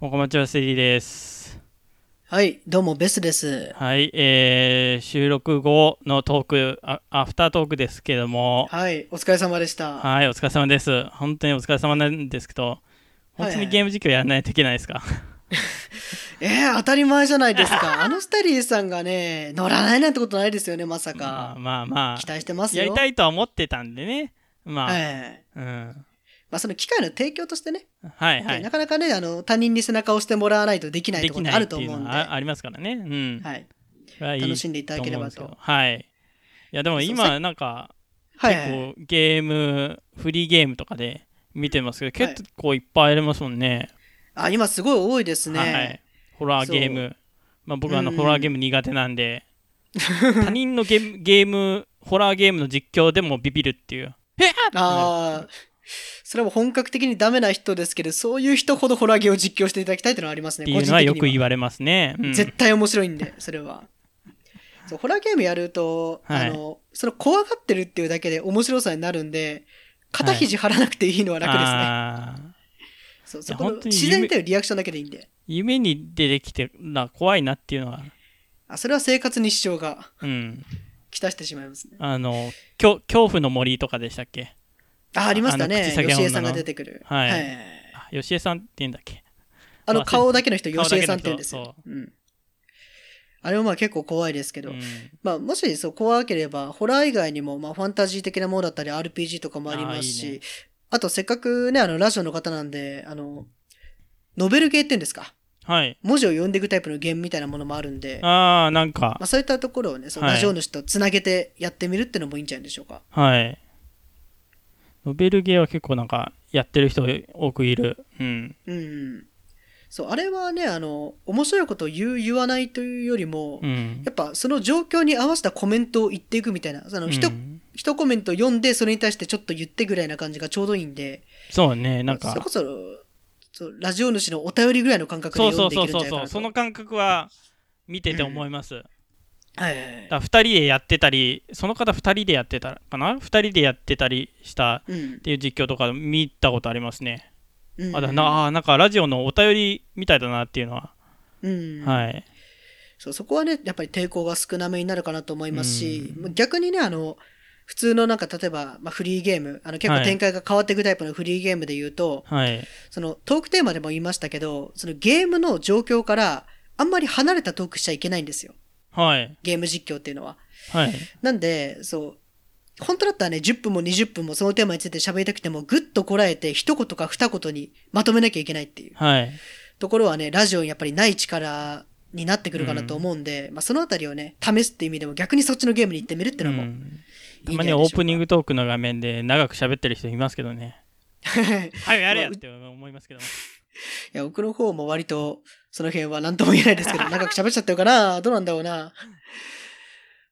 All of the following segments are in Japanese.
ここまちは 3D です。はい、どうも、ベスです。はい、えー、収録後のトークあ、アフタートークですけども、はい、お疲れ様でした。はい、お疲れ様です。本当にお疲れ様なんですけど、本当はいはにいゲーム実況やらないといけないですかえー、当たり前じゃないですか。 あのスタリーさんがね、乗らないなんてことないですよね、まさ まあか。まあま期あ、待してますよ。やりたいとは思ってたんでね。まあ、はい。うん。まあ、その機会の提供としてね、はいはい。なかなかね、あの、他人に背中を押してもらわないとできないでとこきろなあいるってという思うんので。はあありますからね。うん。はい。はい楽しんでいただければと思うんですけどはい。いや、でもそう今、なんか、はい、結は構い。ゲームフリーゲームとかで見てますけどはい結構いっぱいありますもんね、あ、今すごい多いですね。はいホラーゲーム、まあ、僕はあのうんうんホラーゲーム苦手なん で他人のゲームゲームホラーゲームの実況でもビビるっていうへっああ、それは本格的にダメな人ですけど、そういう人ほどホラーゲーを実況していただきたいっていうのはありますっね。て個いう人のは的よにく言われますね、うん絶対面白いんで、それは。そうホラーゲームやると、はいあの、その怖がってるっていうだけで面白さになるんで、肩肘張らなくていいのは楽ですね。あーそう、いやそこの本当に自然に出るリアクションだけでいいんで。夢に出てきてな怖いなっていうのは、あ、それは生活に支障がうん、きたしてしまいますね。あのきょ恐怖の森とかでしたっけあ、ありましたあのね。口吉先女の江さんが出てくる。はいあ吉江さんって言うんだっけまああの、顔だけの人、顔だ吉けの人江さんって言うんですよ。うん。あれはまあ結構怖いですけど、うんまあ、もしそう怖ければ、ホラー以外にも、まあ、ファンタジー的なものだったり、RPG とかもありますし、あーあいいねと、せっかくね、あの、ラジオの方なんで、あの、ノベルゲーっていうんですか。はい文字を読んでいくタイプのゲームみたいなものもあるんで、まああなんかあ、そういったところをね、そのはいラジオ主とつなげてやってみるってのもいいんじゃないでしょうか。はい。ノベルゲーは結構なんかやってる人多くいる。うん。うんうん。そう、あれはね、あの、面白いことを言う、言わないというよりも、うん。やっぱその状況に合わせたコメントを言っていくみたいな、その一、うん一コメント読んで、それに対してちょっと言ってぐらいな感じがちょうどいいんで、そうね、なんかそれ。こそそうラジオ主のお便りぐらいの感覚そでうそ読んうでいそうけそるんじうゃなそいかなう。とその感覚は見てて思います。はいはいはいだ2人でやってたり、その方2人でやってたかな ?2 人でやってたりしたっうんていう実況とか見たことありますね。うんあだなあーなんかラジオのお便りみたいだなっていうのは。うんはい。そうそこはねやっぱり抵抗が少なめになるかなと思いますし、逆にねあの普通のなんか例えば、まあ、フリーゲームあの結は構い展開が変わっていくタイプのフリーゲームで言うと、はい。そのトークテーマでも言いましたけどそのゲームの状況からあんまり離れたトークしちゃいけないんですよはい。ゲーム実況っていうのは。はい。なんで、そう。本当だったらね、10分も20分もそのテーマについて喋りたくても、ぐっとこらえて、一言か二言にまとめなきゃいけないっていうはい。ところはね、ラジオにやっぱりない力になってくるかなと思うんで、まあそのあたりをね、試すっていう意味でも逆にそっちのゲームに行ってみるっていうのもういいんんじたゃなまにいでしょうか。オープ ニングトークの画面で長く喋ってる人いますけどね。いはい、やれやって思いますけども。や、僕の方も割と、その辺は何とも言えないですけ ど、長く喋っちゃってるかなどうなんだろうな。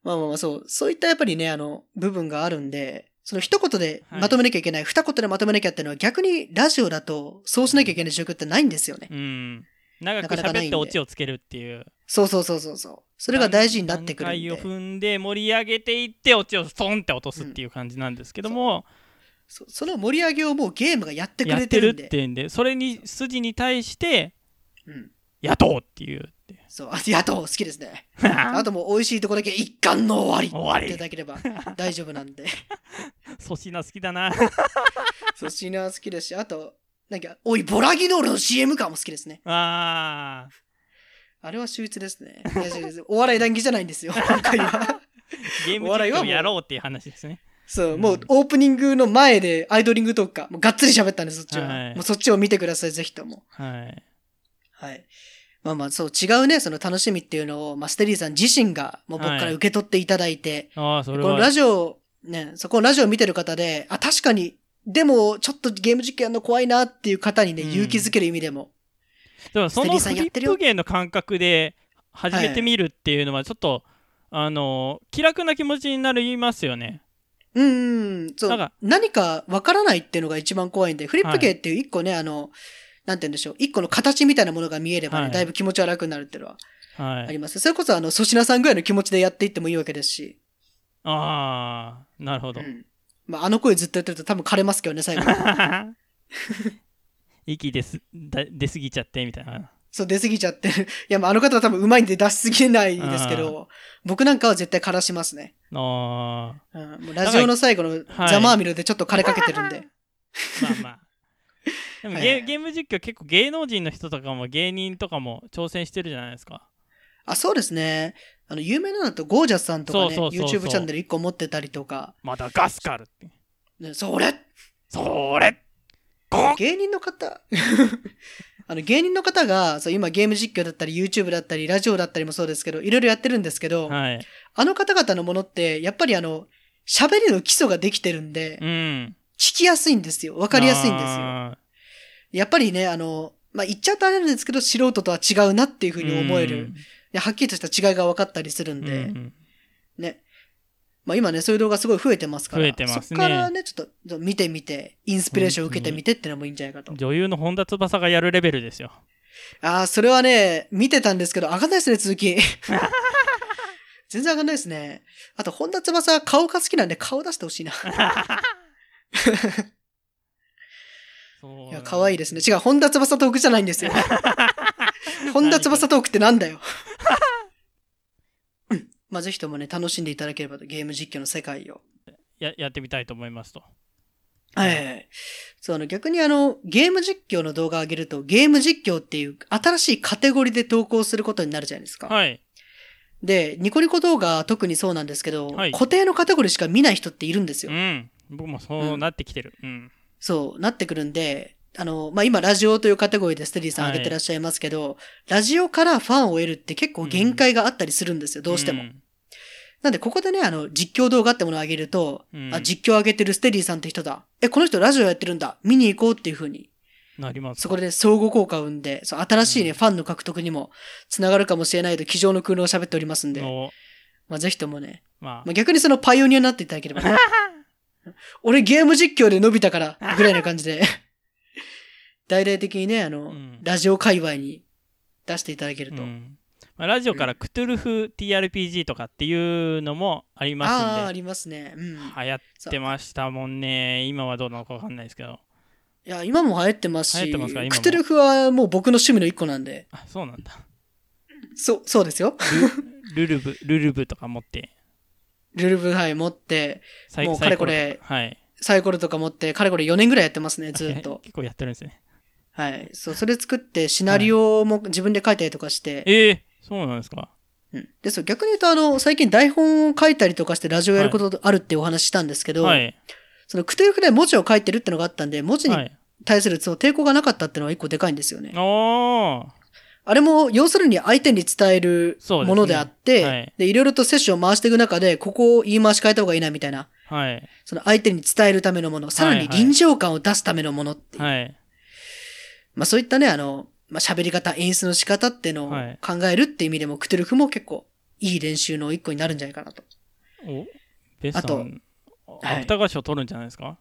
まあまあまあ、そう。そういったやっぱりね、あの、部分があるんで、その一言でまとめなきゃいけない、二言でまとめなきゃっていうのは逆にラジオだとそうしなきゃいけない状況ってないんですよね。うん。長なくかなかな喋っいんてでオチをつけるっていう。そうそうそうそうそう。それが大事になってくるん段階をで。踏んで盛り上げていってオチをストンって落とすっていう感じなんですけども、そその盛り上げをもうゲームがやってくやっれててるるっんで。ていうんで、それに筋に対してうん。雇うっていうって。そう。あ、やっと好きですね。 あともう美味しいとこだけ一貫の 終終わわりりっていただけれ ば大丈夫なんで。粗品好きだな。 そう、シーナー好きですし、あと、なんか、おい、ボラギノールの CM 感も好きですね。あーあれは秀逸で すね。いや違う違うお笑い談義じゃないんですよ、今回は。ゲームお笑い実は況もうやろうっていう話ですね。そう、もうオープニングの前でアイドリングとか、もうがっつり喋ったんで、そっちは。はいもうそっちを見てください、ぜひとも。はい。はい。まあまあ、そう、違うね、その楽しみっていうのを、まあ、ステリーさん自身が、もう僕かはらい受け取っていただいて、ああ、それこのラは。ジオ、ね、そこのラジオを見てる方で、あ、確かに、でも、ちょっとゲーム実況やるの怖いなっていう方にね、うん勇気づける意味でも、でもそステリのーさフんやっリてッるよプ芸の感覚で始めてみるっていうのはちょっと、あの、気楽な気持ちになりますよね。うんうん、そなんうか。何かわからないっていうのが一番怖いんで、フリップ系っていう一個ね、あの、なんて言うんでしょう。一個の形みたいなものが見えればね、はいだいぶ気持ちは楽になるっていうのははいあ。ります。それこそ、あの、粗品さんぐらいの気持ちでやっていってもいいわけですし。ああ、なるほうど。ん。まあ、あの声ずっとやってると多分枯れますけどね、最後。 息ですだ出過ぎちゃってみたいな。そう、出過ぎちゃってる。い や、まあ、あの方は多分うまいんで出しすぎないですけど、僕なんかは絶対枯らしますね。あうん、もうラジオの最後のザマーミルでちょっと枯れかけてるんで。ーまあまあ。でもゲ,、はいゲーム実況結構芸能人の人とかも芸人とかも挑戦してるじゃないですか。あ、そうですね。あの、有名なのだとゴージャスさんとかね、そうそうそうそう YouTube チャンネル1個持ってたりとか、まだガスカルって。ねそれそれゴ芸人の方 あの芸人の方がそう今ゲーム実況だったり YouTube だったりラジオだったりもそうですけどいろいろやってるんですけど、はい。あの方々のものってやっぱりあの喋りの基礎ができてるんで、うん。聞きやすいんですよわかりやすいんですよあやっぱりねあのまあ言っちゃうとあれなんですけど素人とは違うなっていうふー。うに思える、いやはっきりとした違いが分かったりするうんん。で、うんねまあ今ねそういう動画すごい増えてますから増えてますねそっからねちょっと見てみてインスピレーションを受けてみてってのもいいんじゃないかと女優の本田翼がやるレベルですよ。ああ、それはね、見てたんですけど、上がんないですね、続 き。全然上がんないですね。あと、本田翼は顔が好きなんで、顔出してほしいな。そういや、可愛いですね。違う、本田翼トークじゃないん ですよ。本田翼トークってなんだよ。うんまあ、ぜひともね、楽しんでいただければと、ゲーム実況の世界を。ややってみたいと思いますと。はいはいはい。そう、あの、逆にあの、ゲーム実況の動画上げると、ゲーム実況っていう新しいカテゴリーで投稿することになるじゃないですか。はい。で、ニコニコ動画は特にそうなんですけど、はい固定のカテゴリーしか見ない人っているんですうよ。ん。僕もそうなってきてる。うん。そう、なってくるんで、あの、まあ、今、ラジオというカテゴリーでステディさん上げてらっしゃいますけど、ラジオからファンを得るって結構限界があったりするんですよ、どうしても。んなんで、ここでね、あの、実況動画ってものを上げると、うんあ、実況上げてるステディさんって人だ。え、この人ラジオやってるんだ。見に行こうっていうふうに。なりますか。そこで相互効果を生んで、そう、新しいね、うんファンの獲得にもつながるかもしれないと、机上の空論を喋っておりますんで、のまあ、ぜひともね、ままあ、逆にそのパイオニアになっていただけれ ば、ね、俺ゲーム実況で伸びたから、ぐらいな感じで、大々的にね、あの、うんラジオ界隈に出していただけるあ、と。うんまあ、ラジオからクトゥルフ TRPG とかっていうのもありああー、まあすんで、りますね。うん。流行ってましたもんね。今はどうなのかわかんないですけど。いや、今も流行ってます流行っし、てますか今もクトゥルフはもう僕の趣味の一個なんで、あ、そうなんだ。そう、そうですよ。ルルブ、ルルブとか持って、ルルブハイ持って、サイもうサイコかれこロれはい。サイコロとか持って、かれこれ4年ぐらいやってますね、ずっと。 結構やってるんですね。はい。そう、それ作って、シナリオも自分で書いたりとかして、ええそうなんですか。うんで、そう、逆に言うと、あの、最近台本を書いたりとかしてラジオやることあるってお話ししたんですけど、はい。その、クトゥルフで文字を書いてるってのがあったんで、文字にはい。対するその抵抗がなかったってのは一個でかいんですよね。おー。あれも、要するに相手に伝えるそうですねものであって、はいで、いろいろとセッションを回していく中で、ここを言い回し変えた方がいいなみたいな、はい。その相手に伝えるためのもの、さらにはいはい臨場感を出すためのものっていう、はい。まあそういったね、あの、まあ喋り方、演出の仕方っていうのをはい考えるっていう意味でも、クトゥルフも結構いい練習の一個になるんじゃないかなと。おベスさあとん、はい芥川賞取るんじゃないですか、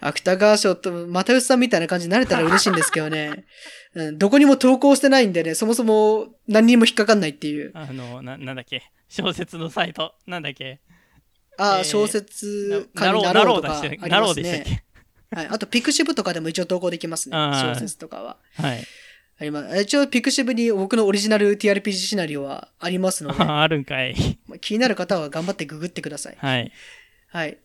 芥川賞と又吉さんみたいな感じになれたら嬉しいんですけどね。 うん、どこにも投稿してないんでね、そもそも何にも引っかかんないっていう。あのな、なんだっけ小説のサイト、なんだっけあえあ、ー小説な家にろうななろろううとでかしあたっりけなろまうすでしたっね。けはい、あと、ピクシブとかでも一応投稿できますね。あー小説とかは。はい。あります。一応、ピクシブに僕のオリジナル TRPG シナリオはありますの で、ああるんかい。まあ気になる方は頑張ってググってください。はい。はい。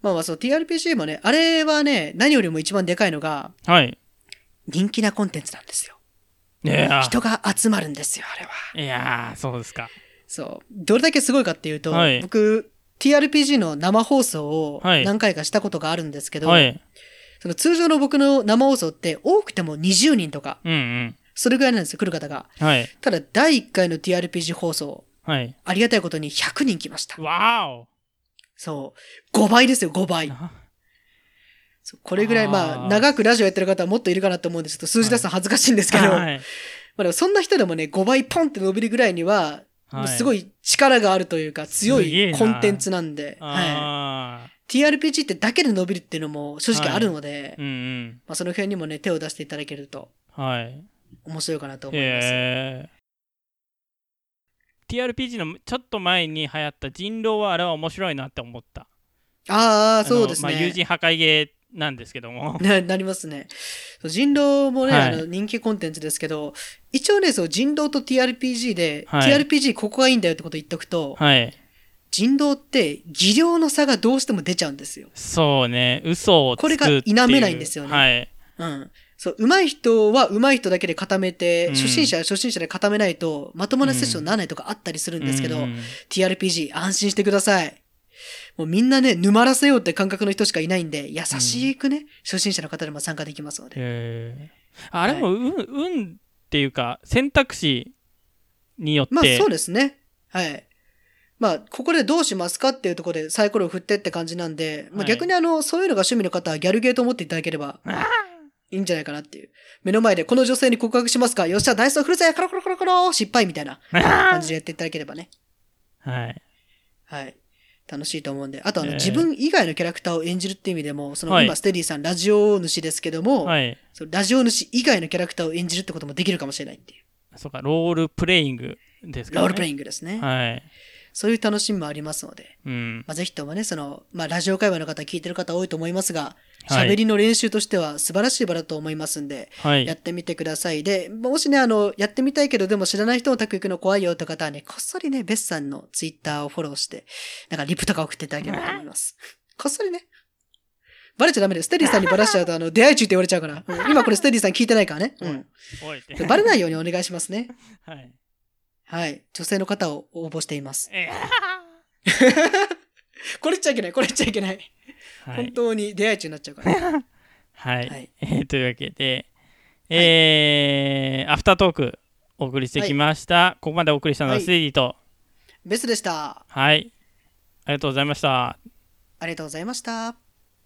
まあまあ、そう、TRPG もね、あれはね、何よりも一番でかいのが、はい。人気なコンテンツなんですよ。いや人が集まるんですよ、あれは。ー、いやーそうですか。そう。どれだけすごいかっていうと、はい僕、TRPG の生放送をはい何回かしたことがあるんですけど、はい。その通常の僕の生放送って多くても20人とか、うんうん。それぐらいなんですよ、来る方が。はい。ただ、第1回の TRPG 放送、はい。ありがたいことに100人来ました。わそう。5倍ですよ、5ー倍お。なそうこれぐらい、あーまあ、長くラジオやってる方はもっといるかなと思うんですちょっと数字出すの恥ずかしいんですけど、 ま はい。あでもそんな人でもね、5倍ポンって伸びるぐらいには、もうすごい。い力があるというか、強すげえいなコンテンツなんで、はい。あ TRPG ってだけで伸びるっていうのも正直あるので、ーうんうん。まあ、その辺にもね、手を出していただけるとはい。面白いかなと思います。えー、TRPG のちょっと前に流行った人狼はあれは面白いなって思った。ああ、そうですね。あのまあ、友人破壊ゲなんですけども。 ななりますね。そう人狼もね、はいあの人気コンテンツですけど、一応ね、そう人狼と TRPG で、はい TRPG ここがいいんだよってこと言っとくと、はい。人狼って技量の差がどうしても出ちゃうんですよ。そうね。嘘をつくっていうこれが否めないんですよねはい。うん。そう、上手い人は上手い人だけで固めて、うん初心者は初心者で固めないと、まともなセッションにならないとかあったりするんですけど、うん TRPG 安心してください。もうみんなね、沼らせようって感覚の人しかいないんで、優しくね、初心者の方でも参加できますので。へーあれも運、運っていうか選択肢によって、まあそうですね。はい。まあ、ここでどうしますかっていうところでサイコロを振ってって感じなんで、まはあい逆にあの、そういうのが趣味の方はギャルゲーと思っていただければあいいんじゃないかなっていう。目の前でこの女性に告白しますかよっしゃ、ダイスを振るぜコロコロコロコロ失敗みたいな感じでやっていただければね。はい、はい。楽しいと思うんで。あとあえの、ー自分以外のキャラクターを演じるっていう意味でも、そのはい今、ステディさん、ラジオ主ですけども、はい、そのラジオ主以外のキャラクターを演じるってこともできるかもしれないっていう。そうかロールプレイングですか、ね、ロールプレインングですね。はい、そういう楽しみもありますので。うん、まあ、ぜひともね、その、まあ、ラジオ会話の方聞いてる方多いと思いますが、はい喋りの練習としては素晴らしい場だと思いますんで、はいやってみてください。で、もしね、あの、やってみたいけど、でも知らない人の宅行くの怖いよって方はね、こっそりね、ベスさんのツイッターをフォローして、なんかリプとか送っていただければと思います。こっそりね。バレちゃダメです。ステディさんにバラしちゃうと、あの、出会い中って言われちゃうか ら。うん今これステディさん聞いてないからね。うおいてん。バレないようにお願いしますね。 はいはい。女性の方を応募しています。えこれ言っちゃいけない。これ言っちゃいけない。ーは本い、当に出会い中になっちゃうから。はいはいえーというわけで、えーアフタートークお送りしてきました、ここまでお送りしたのははいステディとベスでした。はい、ありがとうございましたありがとうございました。